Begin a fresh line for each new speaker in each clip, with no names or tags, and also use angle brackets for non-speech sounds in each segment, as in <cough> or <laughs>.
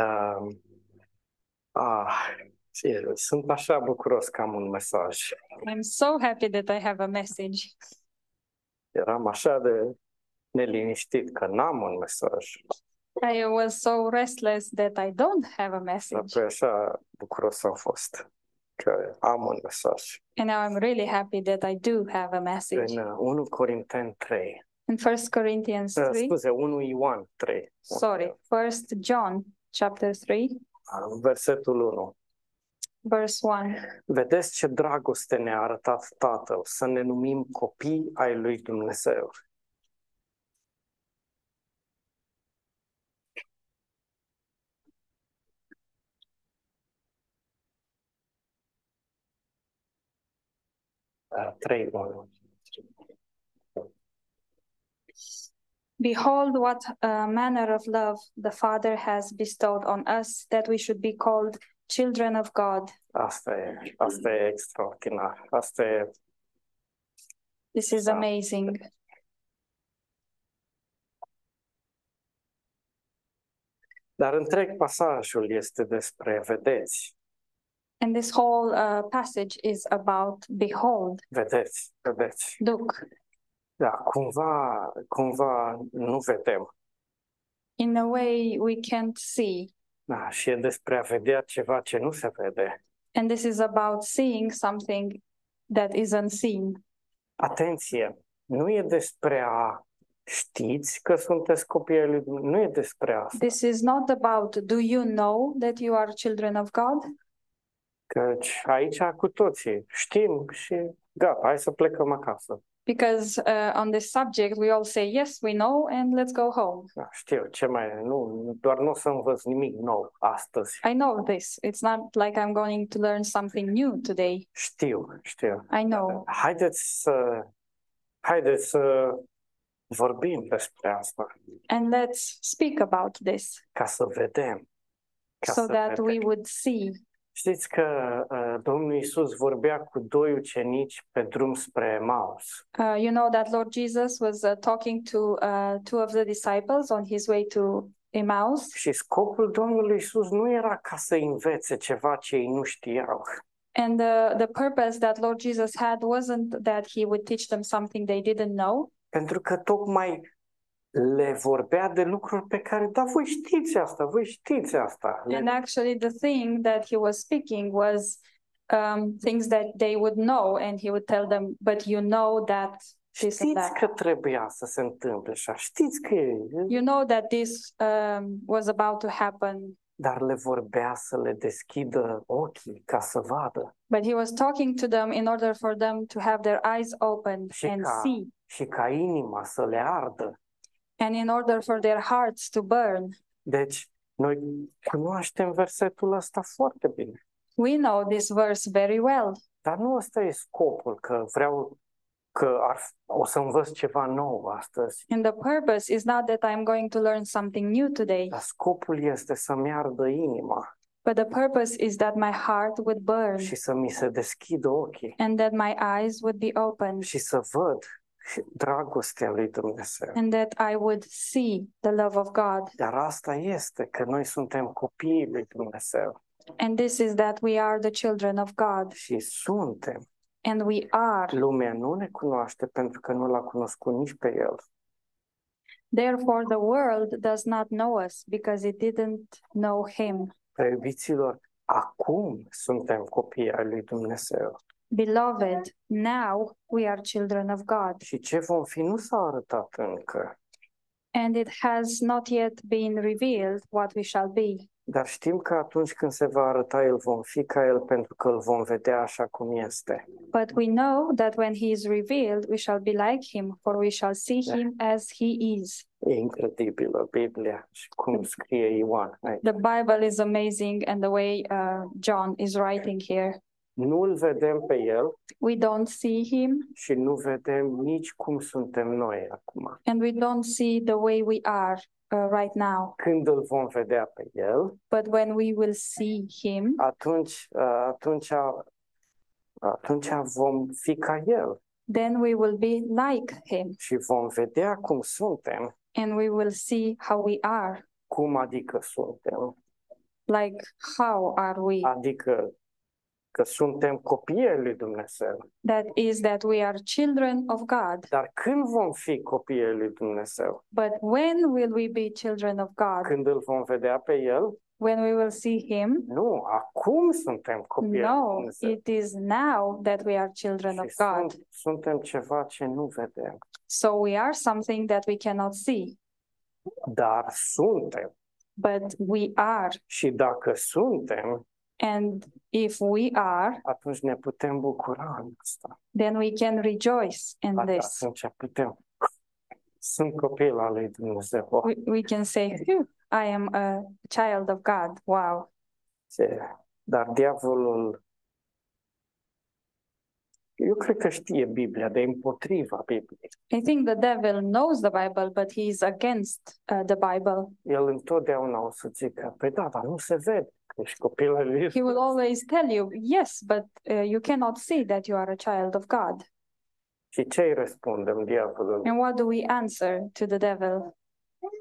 Um, ah, e, sunt așa bucuros că am un mesaj.
I'm so happy that I have a message.
Eram așa de neliniștit că n-am un mesaj.
I was so restless that I don't have a
Dar
message.
păi așa bucuros am fost că am un mesaj.
And now I'm really happy that I do have a message.
În uh, 1 Corinteni 3,
In 1 Corinthians
uh,
3,
scuze, 1 Ioan 3,
sorry, 1 John chapter 3,
uh, versetul 1.
verse 1.
Vedeți ce dragoste ne-a arătat Tatăl să ne numim copii ai lui Dumnezeu. Uh, 3, 1.
Behold, what uh, manner of love the Father has bestowed on us that we should be called children of God.
Asta e, asta e extraordinar. Asta e
This is
Wow.
amazing.
Dar întreg pasajul este despre vedeți,
And this whole uh, passage is about behold,
vedeți, vedeți.
look.
Da, cumva, cumva nu vedem.
In a way, we can't see.
Da, și e despre a vedea ceva ce nu se vede.
And this is about seeing something that isn't seen.
Atenție, nu e despre a știți că sunteți copii ai lui Dumnezeu, nu e despre asta,
This is not about do you know that you are children of God?
căci aici cu toții știm și gata, hai să plecăm acasă.
Because uh, on this subject, we all say, yes, we know, and let's go home.
Da, știu, ce mai, nu, doar nu o să învăț nimic nou astăzi.
I know this. It's not like I'm going to learn something new today.
Știu, știu.
I know.
Haideți să, haideți să vorbim despre asta,
And let's speak about this
ca să vedem. Ca
so
să
that
vedem.
we would see.
Știți că uh, Domnul Isus vorbea cu doi ucenici pe drum spre Maus.
Uh, you know that Lord Jesus was uh, talking to uh, two of the disciples on his way to Emmaus.
Și scopul Domnului Isus nu era ca să învețe ceva ce ei nu știau,
And the, the purpose that Lord Jesus had wasn't that he would teach them something they didn't know,
pentru că tocmai le vorbea de lucruri pe care, da, voi știți asta, voi știți asta. Le
And actually, the thing that he was speaking was um, things that they would know, and he would tell them, "But you know that this and
știți
that.
că trebuia să se întâmple așa, știți că e,
You know that this um, was about to happen."
dar le vorbea să le deschidă ochii ca să vadă
But he was talking to them in order for them to have their eyes opened
Și
and
ca-
see,
și ca inima să le ardă.
and in order for their hearts to burn.
Deci, noi cunoaștem versetul ăsta foarte bine.
We know this verse very well,
Dar nu ăsta e scopul, că vreau că ar, o să învăț ceva nou astăzi.
and the purpose is not that I'm going to learn something new today,
Dar scopul este să-mi ardă inima
but the purpose is that my heart would burn.
și să mi se deschidă ochii
and that my eyes would be opened
și să văd dragostea lui Dumnezeu.
and that I would see the love of God.
Dar asta este, că noi suntem copiii lui Dumnezeu
And this is that we are the children of God
și suntem
and we are.
Lumea nu ne cunoaște pentru că nu l-a cunoscut nici pe el.
Therefore, the world does not know us because it didn't know Him.
Prea iubiților, acum suntem copii ai lui Dumnezeu.
Beloved, now we are children of God,
Și ce vom fi nu s-a arătat încă,
and it has not yet been revealed what we shall be.
dar știm că atunci când se va arăta el, vom fi ca el pentru că îl vom vedea așa cum este.
But we know that when He is revealed, we shall be like Him, for we shall see Him as He is.
E incredibilă Biblia și cum scrie Ioan. aici.
the Bible is amazing and the way uh, John is writing here.
Nu îl vedem pe el
We don't see him
și nu vedem nici cum suntem noi acum.
and we don't see the way we are uh, right now.
Când îl vom vedea pe el,
But when we will see him,
atunci, atunci, atunci vom fi ca el.
then we will be like him
și vom vedea cum suntem,
and we will see how we are.
cum adică suntem,
Like, how are we?
adică că suntem copiii ai lui Dumnezeu.
That is, that we are children of God.
Dar când vom fi copiii ai lui Dumnezeu?
But when will we be children of God?
Când îl vom vedea pe el?
When we will see him?
Nu, acum suntem copiii ai lui
No,
Dumnezeu.
it is now that we are children of
Și
God.
sunt- suntem ceva ce nu vedem,
So we are something that we cannot see,
dar suntem.
but we are.
Și dacă suntem,
And if we are,
atunci ne putem bucura în asta.
then we can rejoice in this.
Atunci putem. Sunt copil al lui Dumnezeu. O,
We, we can say, "Phew, I am a child of God. Wow.
ce... Dar diavolul... Eu cred că știe Biblia, dar e împotriva Bibliei.
I think the devil knows the Bible, but he is against uh, the Bible.
El întotdeauna o să zică, păi da, dar nu se vede că ești copil al lui
He will
Dumnezeu."
always tell you, yes, but uh, you cannot see that you are a child of God.
Și ce îi răspundem diavolului?
And what do we answer to the devil?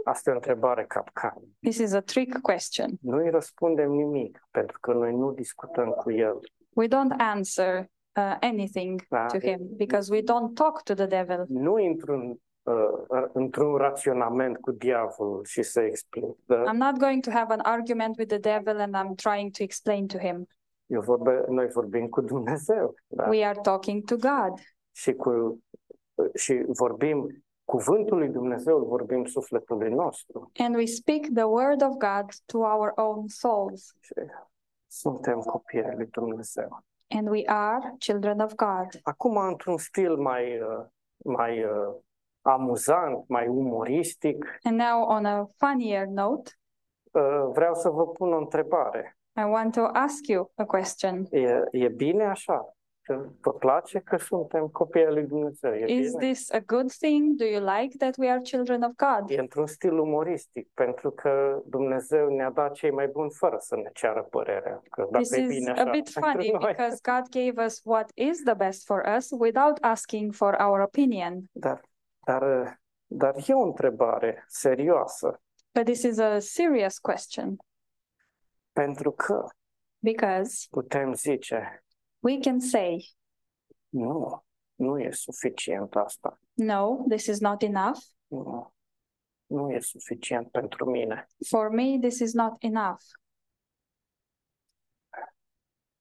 Asta e o întrebare capcană.
This is a trick question.
Nu îi răspundem nimic, pentru că noi nu discutăm cu el.
We don't answer uh, anything
Da?
to him because we don't talk to the devil.
Nu intru în, uh, într-un raționament cu diavolul și să explic. da? Dar
I'm not going to have an argument with the devil and I'm trying to explain to him.
eu vorbe, noi vorbim cu Dumnezeu da?
We are talking to God
și, cu, și vorbim cuvântul lui Dumnezeu, îl vorbim sufletului nostru.
and we speak the word of God to our own souls.
Și suntem copii ai lui Dumnezeu.
And we are children of God.
Acum, într-un stil mai, uh, mai uh, amuzant, mai umoristic,
And now, on a funnier note,
uh, vreau să vă pun o întrebare.
I want to ask you a question.
E, e bine așa? Că vă place că suntem copii al lui Dumnezeu? E
Is
bine?
this a good thing? Do you like that we are children of God?
E într-un stil umoristic, pentru că Dumnezeu ne-a dat cei mai buni fără să ne ceară părerea. Că dacă
This
e
is
bine
a
așa
bit
pentru <laughs>
funny
noi.
because God gave us what is the best for us without asking for our opinion.
Dar, dar, uh, dar e o întrebare serioasă,
But this is a serious question
pentru că
because
putem zice,
we can say,
nu, nu e suficient asta.
no, this is not enough.
Nu, nu e suficient pentru mine.
For me, this is not enough.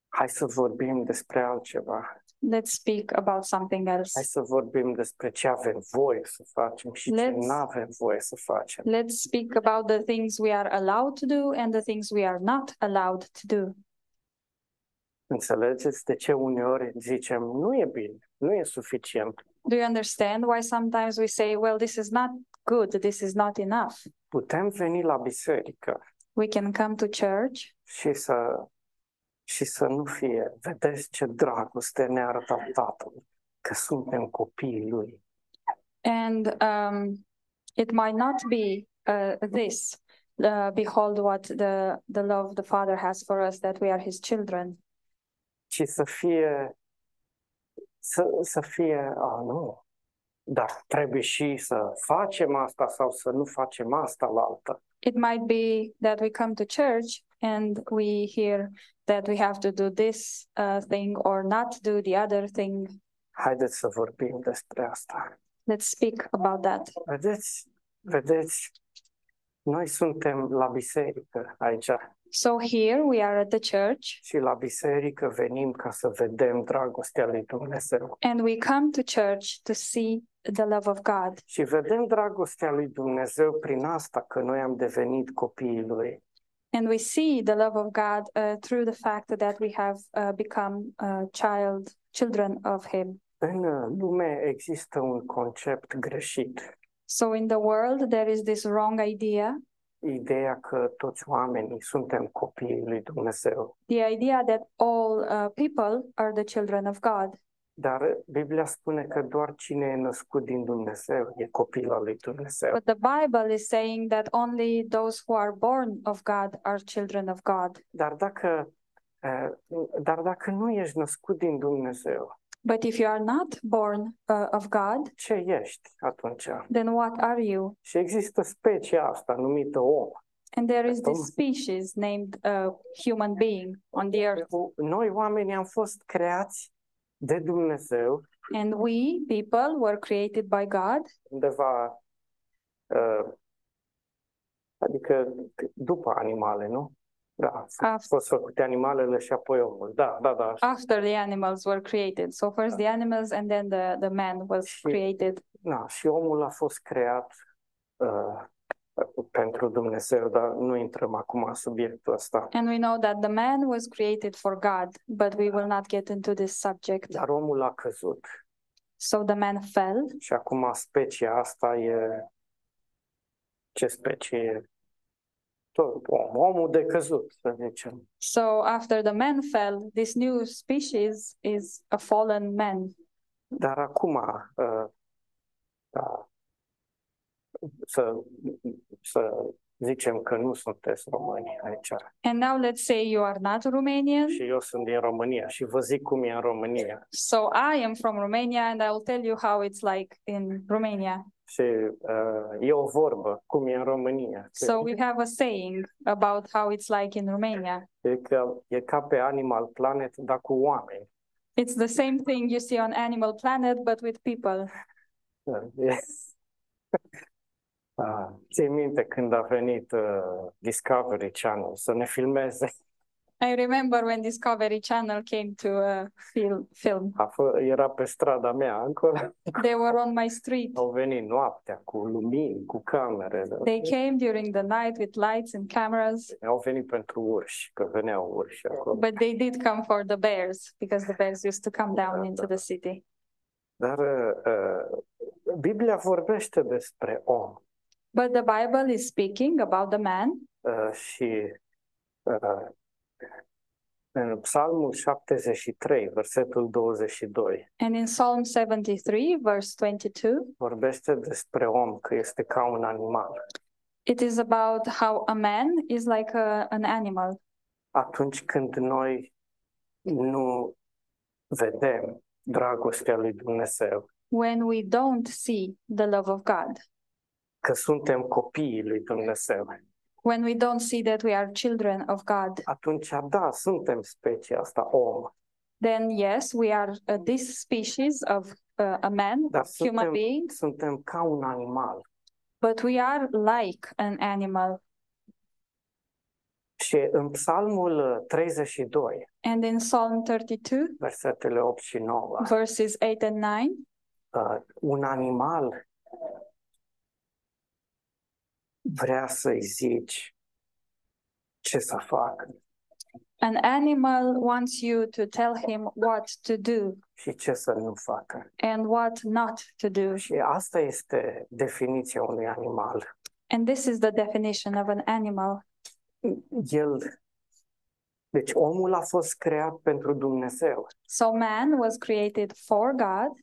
Hai să vorbim despre altceva.
Let's speak about something else.
Hai să vorbim despre ce avem voie să facem și ce
Let's-
nu avem voie să facem.
Let's speak about the things we are allowed to do and the things we are not allowed to do.
Înțelegeți de ce uneori zicem nu e bine, nu e suficient.
Do you understand why sometimes we say, well, this is not good, this is not enough?
Putem veni la biserică
We can come to church
și să și să nu fie, vedeți ce dragoste ne-a arătat Tatăl, că suntem copiii Lui.
and um, it might not be uh, this. Uh, behold what the, the love the Father has for us, that we are his children.
Ci să fie, să, să fie, a, nu, dar trebuie și să facem asta sau să nu facem asta la altă.
It might be that we come to church and we hear that we have to do this uh, thing or not do the other thing.
Haideți să vorbim despre asta.
Let's speak about that.
Vedeți, vedeți, noi suntem la biserică aici
So here we are at the church
și la biserică venim ca să vedem dragostea lui Dumnezeu.
and we come to church to see the love of God.
Și vedem dragostea lui Dumnezeu prin asta că noi am devenit copiii lui.
And we see the love of God uh, through the fact that we have uh, become uh, child, children of Him.
În uh, lume există un concept greșit,
So in the world, there is this wrong idea
ideea că toți oamenii suntem copiii lui Dumnezeu.
the idea that all uh, people are the children of God.
Dar Biblia spune că doar cine e născut din Dumnezeu e copil al lui Dumnezeu.
But the Bible is saying that only those who are born of God are children of God.
uh, Dar dacă, eh, dar dacă nu ești născut din Dumnezeu,
But if you are not born uh, of God,
Ce ești atunci?
then what are you?
Și există specia asta numită om.
And there is this species named uh, human being on the earth.
Noi oamenii am fost creați de Dumnezeu
And we, people, were created by God
undeva, uh, adică după animale, nu? Da,
Ah.
au fost făcute animalele și apoi omul. Da, da, da.
after the animals were created. So first the animals and then the, the man was
Și-
created.
Da, și omul a fost creat uh, pentru Dumnezeu, dar nu intrăm acum în subiectul ăsta.
And we know that the man was created for God, but we will not get into this subject.
Dar omul a căzut
So the man fell,
și acum specia asta e... Ce specie e? Tot om, omul de căzut, să zicem.
So after the man fell, this new species is a fallen man.
Dar acum, uh, da, să, să zicem că nu sunteți români aici
And now let's say you are not Romanian.
și eu sunt din România și vă zic cum e în România.
So I am from Romania and I will tell you how it's like in Romania.
Și uh, e o vorbă, cum e în România.
So we have a saying about how it's like in Romania.
E ca, e ca pe Animal Planet, dar cu oameni.
It's the same thing you see on Animal Planet, but with people.
Yes. Ah, Ții minte când a venit uh, Discovery Channel să ne filmeze?
I remember when Discovery Channel came to uh, fil- film,
A fă, era pe strada mea acolo.
they were on my street.
Au venit noaptea cu lumini, cu camere. da.
They came during the night with lights and cameras,
Au venit pentru urși, că veneau urși acolo.
but they did come for the bears because the bears used to come down into the city.
Dar uh, uh, Biblia vorbește despre om
But the Bible is speaking about the man,
uh, și uh, în Psalmul 73, versetul 22,
and in Psalm 73, verse 22,
vorbește despre om că este ca un animal.
it is about how a man is like a, an animal.
Atunci când noi nu vedem dragostea lui Dumnezeu,
When we don't see the love of God,
că suntem copiii lui Dumnezeu,
when we don't see that we are children of God,
atunci, da, suntem specia asta, om,
then yes, we are uh, this species of uh, a man,
dar
human
suntem,
being,
suntem ca un animal.
but we are like an animal.
Și în Psalmul uh, 32,
And in Psalm 32,
versetele 8 și 9,
verses 8 and 9,
uh, un animal vrea să-i zici ce să facă
an animal wants you to tell him what to do
și ce să nu facă.
and what not to do.
Și asta este definiția unui animal.
And this is the definition of an animal.
El, deci omul a fost creat pentru Dumnezeu.
So man was created for God,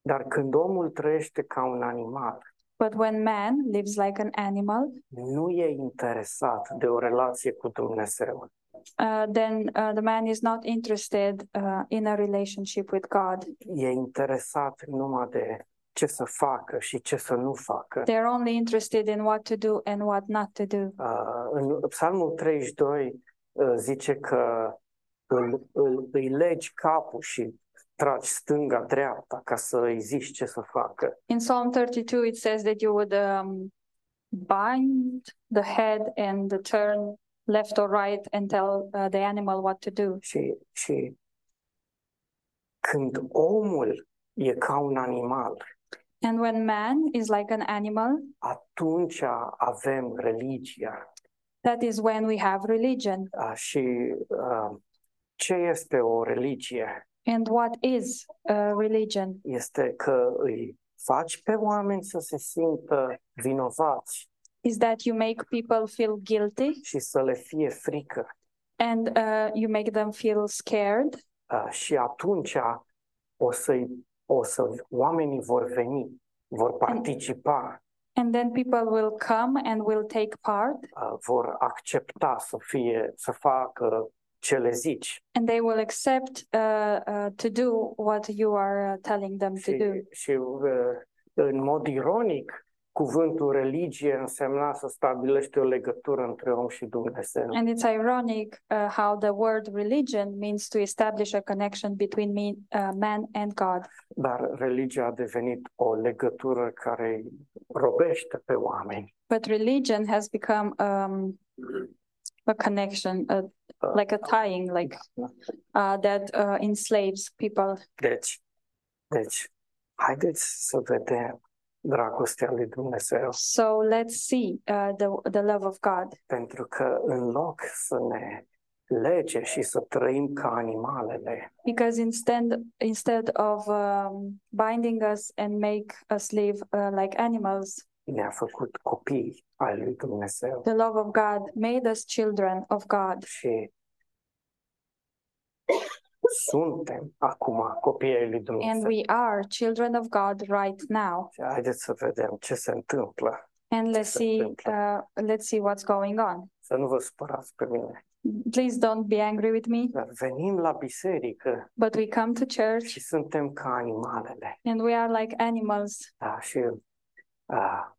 Dar când omul trăiește ca un animal,
but when man lives like an animal,
nu e interesat de o relație cu Dumnezeu.
uh, then uh, the man is not interested uh, in a relationship with God.
E interesat numai de ce să facă și ce să nu facă.
They're only interested in what to do and what not to do.
Uh, în Psalmul 32 uh, zice că îl, îl, îi legi capul și tragi stânga-dreapta ca să îi zici ce să facă.
In Psalm 32, it says that you would um, bind the head and turn left or right and tell uh, the animal what to do.
Și, și când omul e ca un animal,
And when man is like an animal,
atunci avem religia.
that is when we have religion.
A, și a, ce este o religie?
And what is uh, religion?
Este că îi faci pe oameni să se simtă vinovați
Is that you make people feel guilty
și să le fie frică.
and uh, you make them feel scared,
A, și atunci o să, o să oamenii vor veni, vor participa,
and then people will come and will take part
a, vor accepta să fie, să facă ce le zici
and they will accept uh, uh, to do what you are uh, telling them to do.
și, și uh, în mod ironic, cuvântul religie însemna să stabilești o legătură între om și Dumnezeu.
And it's ironic uh, how the word religion means to establish a connection between me, uh, man and God.
Dar religia a devenit o legătură care îi robește pe oameni.
But religion has become um, a connection, uh, like a tying, like uh, that uh, enslaves people.
Deci, deci, haideți să vedem dragostea lui Dumnezeu,
So let's see uh, the, the love of God.
pentru că în loc să ne lege și să trăim ca animalele,
Because instead, instead of um, binding us and make us live uh, like animals,
ne-a făcut copii ai lui Dumnezeu.
the love of God made us children of God.
și suntem acum copiii ai lui
And
Dumnezeu.
we are children of God right now.
Și Haideți să vedem ce se întâmplă.
And let's see,
Exactly.
uh, let's see what's going on.
Să nu vă spărați pe mine.
Please don't be angry with me,
Dar venim la biserică
but we come to church
și suntem ca animalele.
and we are like animals.
Da? Și a,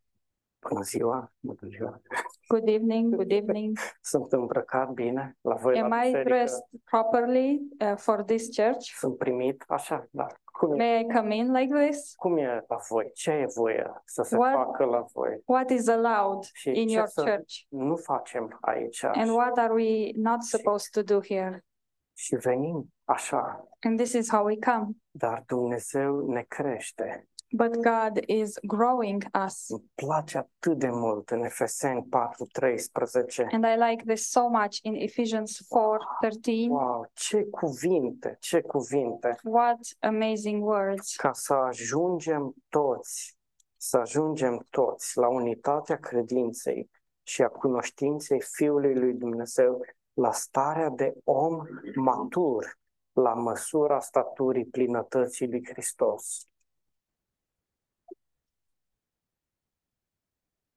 bună ziua, bună ziua.
Good evening, good evening.
Sunt îmbrăcat bine la voi
Am
la
I
biserică.
dressed properly uh, for this church?
Sunt primit așa, dar cum e,
May I come in like this?
cum e la voi? Ce e voie să se
What-
facă la voi?
What is allowed
Și
in
ce
your
să
church?
nu facem aici?
And what are we not supposed to do here?
Și venim așa,
And this is how we come.
Dar Dumnezeu ne crește.
But God is growing us.
Îmi place atât de mult în Efeseni 4:13.
And I like this so much in Ephesians 4 13.
Wow, ce cuvinte, ce cuvinte!
What amazing words.
Ca să ajungem toți, să ajungem toți la unitatea credinței și a cunoștinței Fiului lui Dumnezeu, la starea de om matur, la măsura staturii plinătății lui Hristos.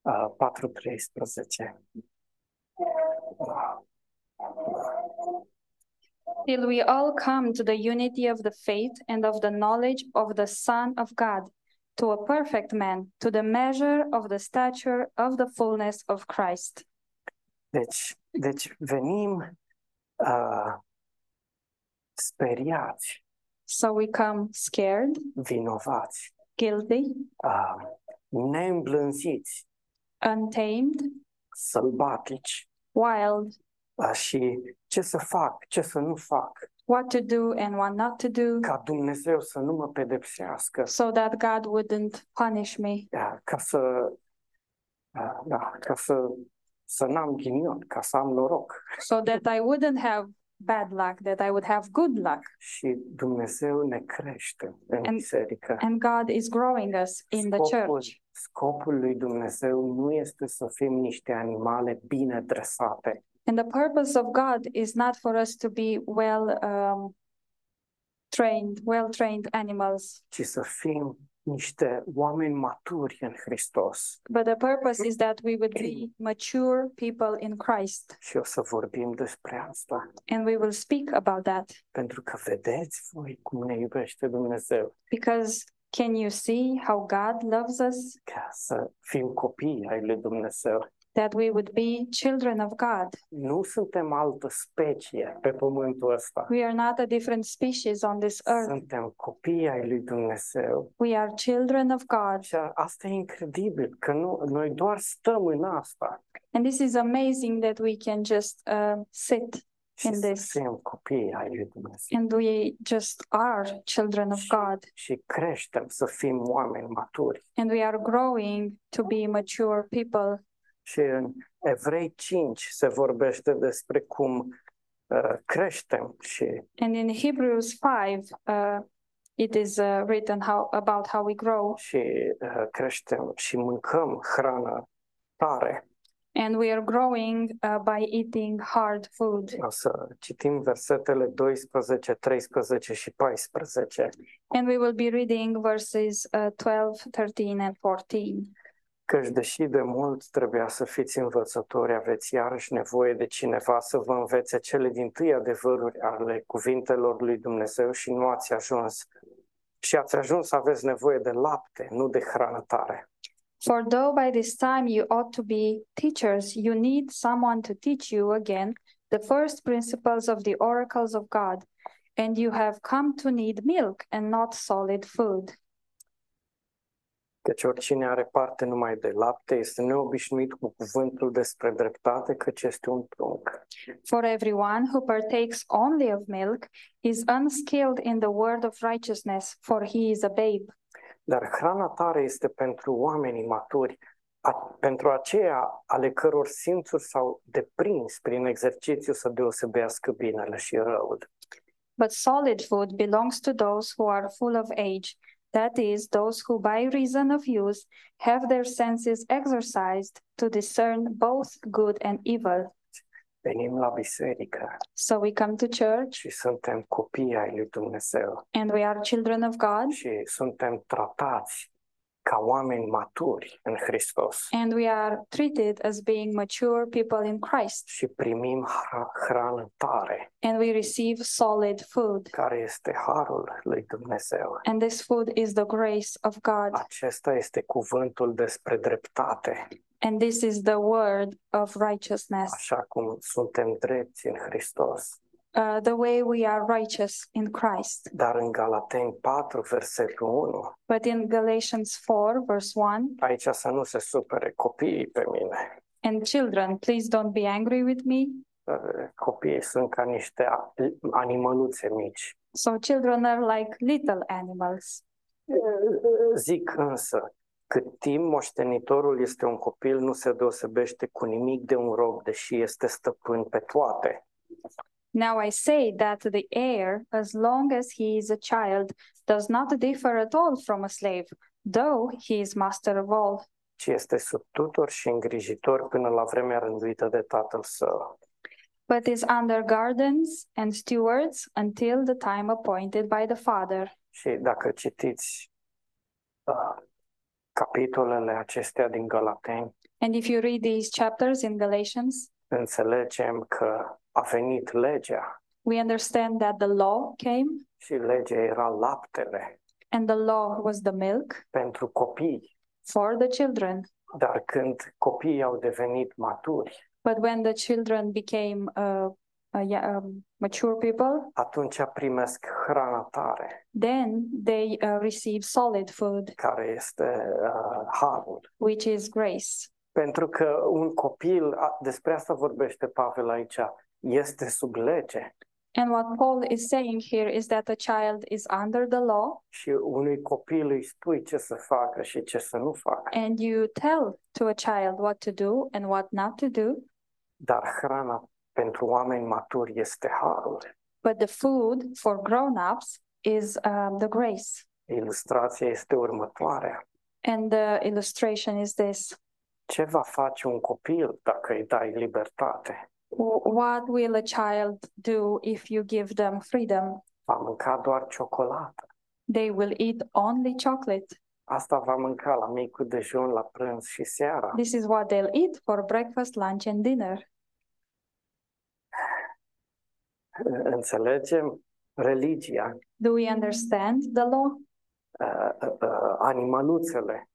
Uh, 4.13
Till we all come to the unity of the faith and of the knowledge of the Son of God, to a perfect man, to the measure of the stature of the fullness of Christ.
Deci, deci venim uh, speriați,
So we come scared,
vinovați,
guilty,
uh, neîmblânziți,
untamed,
sălbatici
wild,
uh, și ce să fac, ce să nu fac,
what to do and what not to do,
ca Dumnezeu să nu mă pedepsească,
so that God wouldn't punish me,
uh, ca să, uh, da, ca să, să n-am ghinion, ca să am noroc.
so that I wouldn't have bad luck, that I would have good luck.
Și Dumnezeu ne crește în
And-
biserică.
And God is growing us in the
Scopul,
church.
scopul lui Dumnezeu nu este să fim niște animale bine dresate,
And the purpose of God is not for us to be well um, trained, well trained animals,
ci să fim niște oameni maturi în Hristos.
but the purpose is that we would be mature people in Christ.
Și o să vorbim despre asta,
And we will speak about that
pentru că vedeți voi cum ne iubește Dumnezeu,
because can you see how God loves us?
ca să fim copii ai lui Dumnezeu.
That we would be children of God.
Nu suntem altă specie pe pământul ăsta.
We are not a different species on this earth.
Suntem copii ai lui Dumnezeu.
We are children of God.
Și asta e incredibil, că nu, noi doar stăm în asta
And this is amazing that we can just uh, sit
și
In
să
this.
fim copii ai lui Dumnezeu.
and we just are children of God.
și creștem să fim oameni maturi.
and we are growing to be mature people.
Și în Evrei 5 se vorbește despre cum uh, creștem și
And in Hebrews 5, uh, it is uh, written how about how we grow,
și uh, creștem și mâncăm hrană tare.
and we are growing uh, by eating hard food.
O să citim versetele 12, 13 și 14.
And we will be reading verses uh, 12, 13, and 14.
căci deși de mult trebuia să fiți învățători, aveți iarăși nevoie de cineva să vă învețe cele din tâi adevăruri ale cuvintelor lui Dumnezeu și nu ați ajuns. Și ați ajuns să aveți nevoie de lapte, nu de hrană tare.
For though by this time you ought to be teachers, you need someone to teach you again the first principles of the oracles of God, and you have come to need milk and not solid food.
Căci oricine are parte numai de lapte este neobișnuit cu cuvântul despre dreptate, căci este un prunc.
For everyone who partakes only of milk is unskilled in the word of righteousness, for he is a babe.
Dar hrana tare este pentru oamenii maturi, a, pentru aceia ale căror simțuri s-au deprins prin exercițiu să deosebească binele și răul.
But solid food belongs to those who are full of age, that is, those who by reason of use have their senses exercised to discern both good and evil.
Venim la biserică
So we come to church
și suntem copii ai lui Dumnezeu
and we are children of God
și suntem tratați ca oameni maturi în Hristos
and we are treated as being mature people in Christ
și primim hra- hrană tare,
and we receive solid food.
care este harul lui Dumnezeu.
And this food is the grace of God.
Acesta este cuvântul despre dreptate,
And this is the word of righteousness,
așa cum suntem drepți în Hristos.
uh, the way we are righteous in Christ.
Dar în Galateni 4, versetul 1,
But in Galatians 4, verse 1,
aici să nu se supere copiii pe mine.
and children, please don't be angry with me.
Copiii sunt ca niște a- animăluțe mici.
So, children are like little animals.
Zic însă, cât timp moștenitorul este un copil, nu se deosebește cu nimic de un rob, deși este stăpân pe toate.
Now I say that the heir, as long as he is a child, does not differ at all from a slave, though he is master of all,
ci este subtutor și îngrijitor până la vremea rânduită de tatăl său.
but is under guardians and stewards until the time appointed by the Father.
Și dacă citiți uh, capitolele acestea din Galateni,
And if you read these chapters in Galatians,
înțelegem că a venit legea
we understand that the law came,
și legea era laptele
and the law was the milk
pentru copii.
for the children.
Dar când copiii au devenit maturi,
But when the children became uh, uh, yeah, um, mature people,
atunci primesc hrana tare,
then they uh, receive solid food,
care este uh, harul.
which is grace.
Pentru că un copil, a- despre asta vorbește Pavel aici, este sub lege.
And what Paul is saying here is that a child is under the law,
și unui copil îi spui ce să facă și ce să nu facă.
and you tell to a child what to do and what not to do,
Dar hrana pentru oameni maturi este harul.
but the food for grown ups is um, the grace.
Ilustrația este următoarea.
And the illustration is this
Ce va face un copil dacă îi dai libertate?
W- What will a child do if you give them freedom?
Va mânca doar ciocolată.
They will eat only chocolate.
Asta va mânca la micul dejun, la prânz și seara.
This is what they'll eat for breakfast, lunch, and dinner.
Înțelegem? Religia,
Do we understand the law?
uh, uh, uh, animaluțele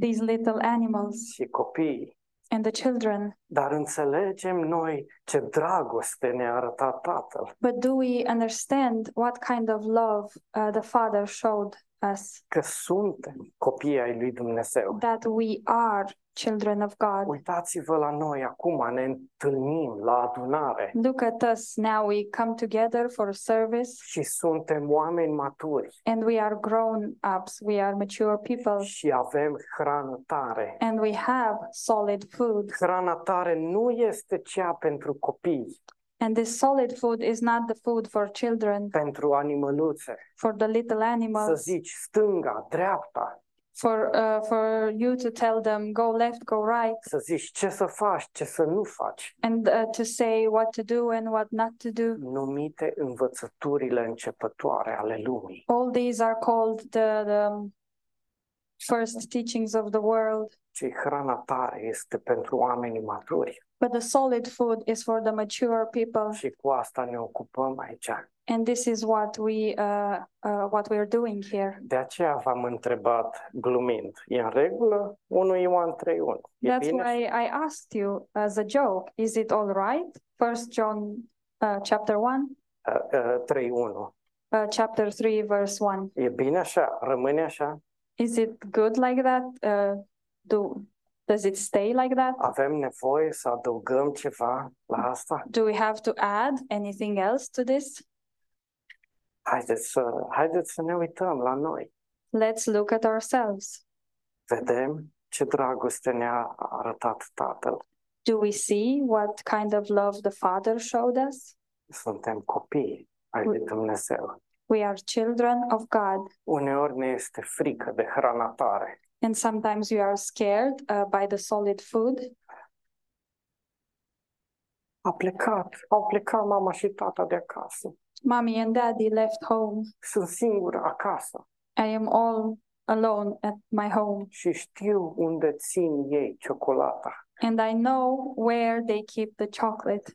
These little animals
și copiii.
and the children.
Dar înțelegem noi ce dragoste ne-a arătat Tatăl.
But do we understand what kind of love uh, the Father showed us?
că suntem copii ai lui Dumnezeu.
That we are children of God.
Uitați-vă la noi acum, ne întâlnim la adunare
Look at us now. We come together for service
și suntem oameni maturi
and we are grown ups. We are mature people.
și avem hrană tare.
and we have solid food.
Hrana tare nu este cea pentru copii,
And this solid food is not the food for children,
pentru animăluțe.
for the little
Să
animals,
zici stânga, dreapta,
for uh, for you to tell them go left, go right,
să zici ce să faci, ce să nu faci.
and uh, to say what to do and what not to do.
Numite învățăturile începătoare ale lumii.
All these are called the, the um, first teachings of the world,
ci Deci hrana tare este pentru oamenii maturi.
but the solid food is for the mature people,
Și cu asta ne ocupăm aici.
and this is what we uh, uh, what we are doing here.
De aceea v-am întrebat glumind. E în regulă? 1 Ioan 3.1. E
That's
bine?
why I asked you as a joke. Is it all right? First John, uh, chapter one,
Uh, uh, 3.1.
uh, chapter three, verse one.
E bine așa? Rămâne așa?
Is it good like that? Uh, do does it stay like that?
Avem nevoie să adăugăm ceva la asta?
Do we have to add anything else to this?
Haideți să, haideți să ne uităm la noi.
Let's look at ourselves.
Vedem ce dragoste ne-a arătat Tatăl.
Do we see what kind of love the Father showed us?
Suntem copii ai lui Dumnezeu.
We are children of God,
Uneori ne este frică de hrana tare.
and sometimes we are scared uh, by the solid food.
A plecat, au plecat mama și tata de acasă.
Mommy and daddy left home.
Sunt singur acasă
I am all alone at my home,
și știu unde țin ei ciocolata.
and I know where they keep the chocolate.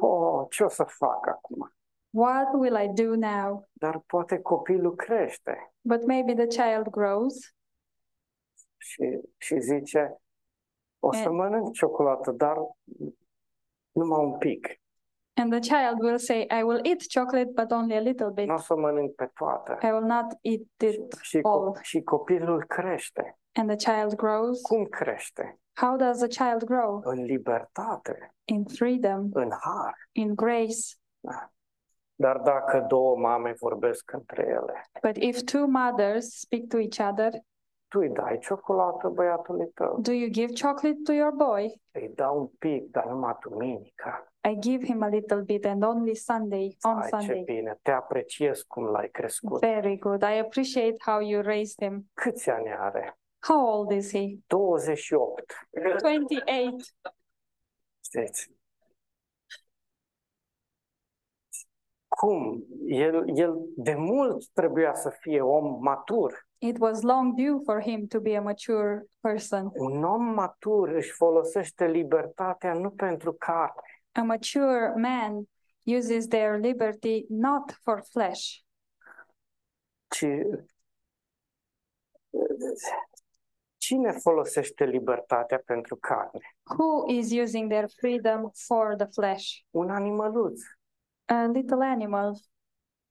Oh, ce o să fac acum?
What will I do now?
Dar poate copilul crește
But maybe the child grows
și, și zice, o să
E-
mănânc ciocolată, dar numai un pic.
and the child will say, I will eat chocolate, but only a little bit.
Nu o să o mănânc pe toată.
I will not eat it
Și,
all.
co- și copilul crește.
And the child grows.
Cum crește?
How does a child grow?
În libertate,
In freedom,
în har.
in grace.
Dar dacă două mame vorbesc între ele,
But if two mothers speak to each other,
tu îi dai ciocolată băiatului tău.
Do you give chocolate to your boy?
Îi dau un pic, dar numai duminica.
I give him a little bit and only Sunday, on
Ai ce
Sunday.
bine, te apreciez cum l-ai crescut.
Very good. I appreciate how you raised him.
Câți ani are?
How old is
<laughs>
he?
28.
28.
Știți? Cum? El, el de mult trebuia să fie om matur.
It was long due for him to be a mature person.
Un om matur își folosește libertatea nu pentru carte,
A mature man uses their liberty not for flesh,
ci cine folosește libertatea pentru carne?
who is using their freedom for the flesh.
Un animăluț.
A little animal.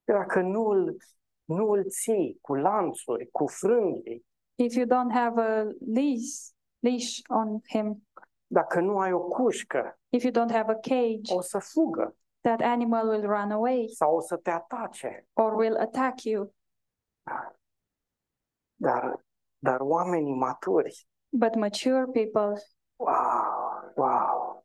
Dacă nu îl, nu îl ții cu lanțuri, cu frânghii,
If you don't have a leash, leash on him,
dacă nu ai o cușcă,
if you don't have a cage,
o să fugă
that animal will run away
sau o să te atace.
or will attack you.
Dar, dar oamenii maturi,
But mature people,
wow, wow!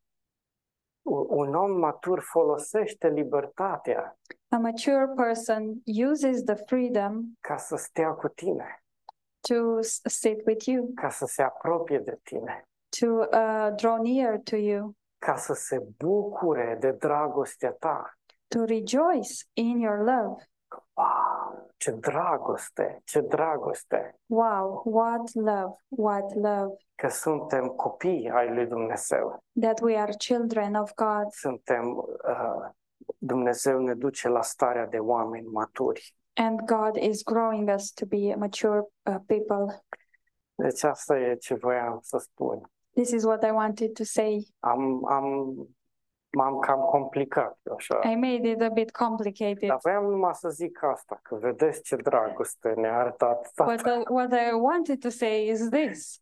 U- Un om matur folosește libertatea
a mature person uses the freedom
ca să stea cu tine.
to s- sit with you,
ca să se apropie de tine,
to uh, draw near to you,
ca să se bucure de dragostea ta.
to rejoice in your love.
Wow, ce dragoste, ce dragoste
Wow, what love, what love
că suntem copii ai lui Dumnezeu.
that we are children of God.
Suntem uh, Dumnezeu ne duce la starea de oameni maturi.
And God is growing us to be mature uh, people.
Deci asta e ce voiam să spun.
This is what I wanted to say.
Am, am, m-am cam complicat eu așa.
I made it a bit complicated.
Dar voiam numai să zic asta, că vedeți ce dragoste ne-a arătat
But
Tatăl.
uh, what I wanted to say is this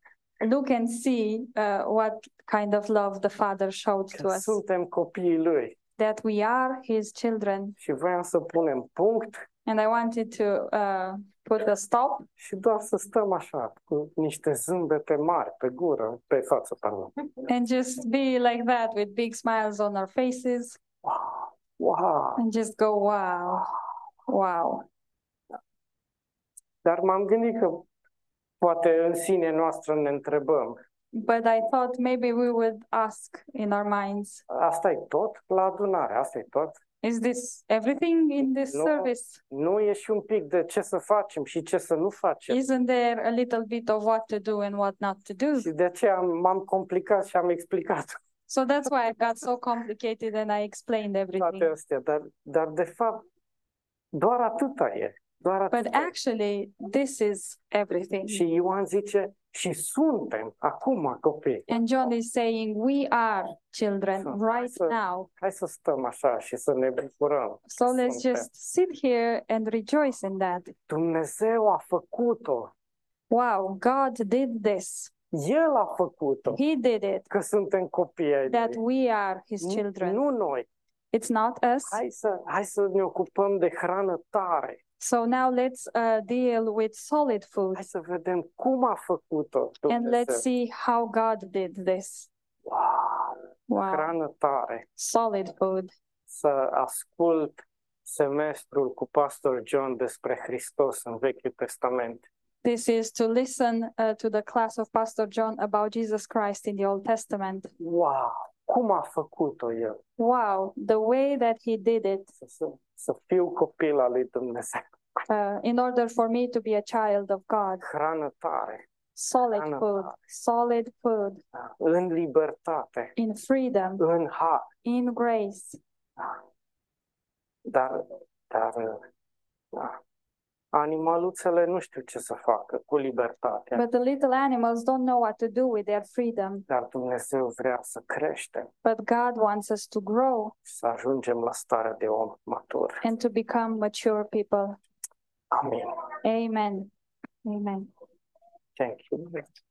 look and see uh, what kind of love the Father showed to
Că
us,
suntem copiii lui.
that we are His children.
și voiam să punem punct
And I wanted to uh, put a stop
și doar să stăm așa, cu niște zâmbete mari pe gură, pe față, pardon.
and just be like that with big smiles on our faces
Wow! wow.
and just go, wow, wow.
Dar m-am gândit că poate în sine noastră ne întrebăm,
But I thought maybe we would ask in our minds,
asta e tot la adunare, asta e tot?
Is this everything in this
No.
service?
Nu e și un pic de ce să facem și ce să nu facem.
Isn't there a little bit of what to do and what not to do?
Și de aceea am- m-am complicat și am explicat <laughs>
So that's why it got so complicated and I explained everything.
toate astea. Dar, dar de fapt, doar atâta e. Doar
But
atâta. e.
actually, this is everything.
Și Ioan zice, și suntem acum copii.
And John is saying, We are children
So-
right
so-
now.
Hai să stăm așa și să ne bucurăm.
So let's
suntem.
just sit here and rejoice in that.
Dumnezeu a făcut-o.
Wow, God did this.
El a făcut-o.
He did it,
Că suntem copii ai
that
Lui.
we are His
Nu-
children.
Nu noi.
It's not us.
Hai să, hai să ne ocupăm de hrană tare.
So now let's uh, deal with solid food
Hai să vedem cum a făcut-o
and
Dumnezeu.
let's see how God did this.
Wow,
Wow,
hrană tare.
solid food.
Să ascult semestrul cu pastor John despre Hristos în Vechiul Testament.
This is to listen uh, to the class of Pastor John about Jesus Christ in the Old Testament.
Wow, cum a făcut-o el
Wow, the way that he did it
să, să, să fiu copil al lui Dumnezeu.
uh, in order for me to be a child of God.
Hrană tare,
Solid
Hrană
food,
tare.
solid food,
da, în libertate,
in freedom,
în har.
in grace.
Da. Dar, dar, da. Animaluțele nu știu ce să facă cu libertatea,
But the little animals don't know what to do with their freedom.
dar Dumnezeu vrea să creștem
But God wants us to grow
și să ajungem la starea de om matur.
and to become mature people.
Amin.
Amen. Amen.
Thank you.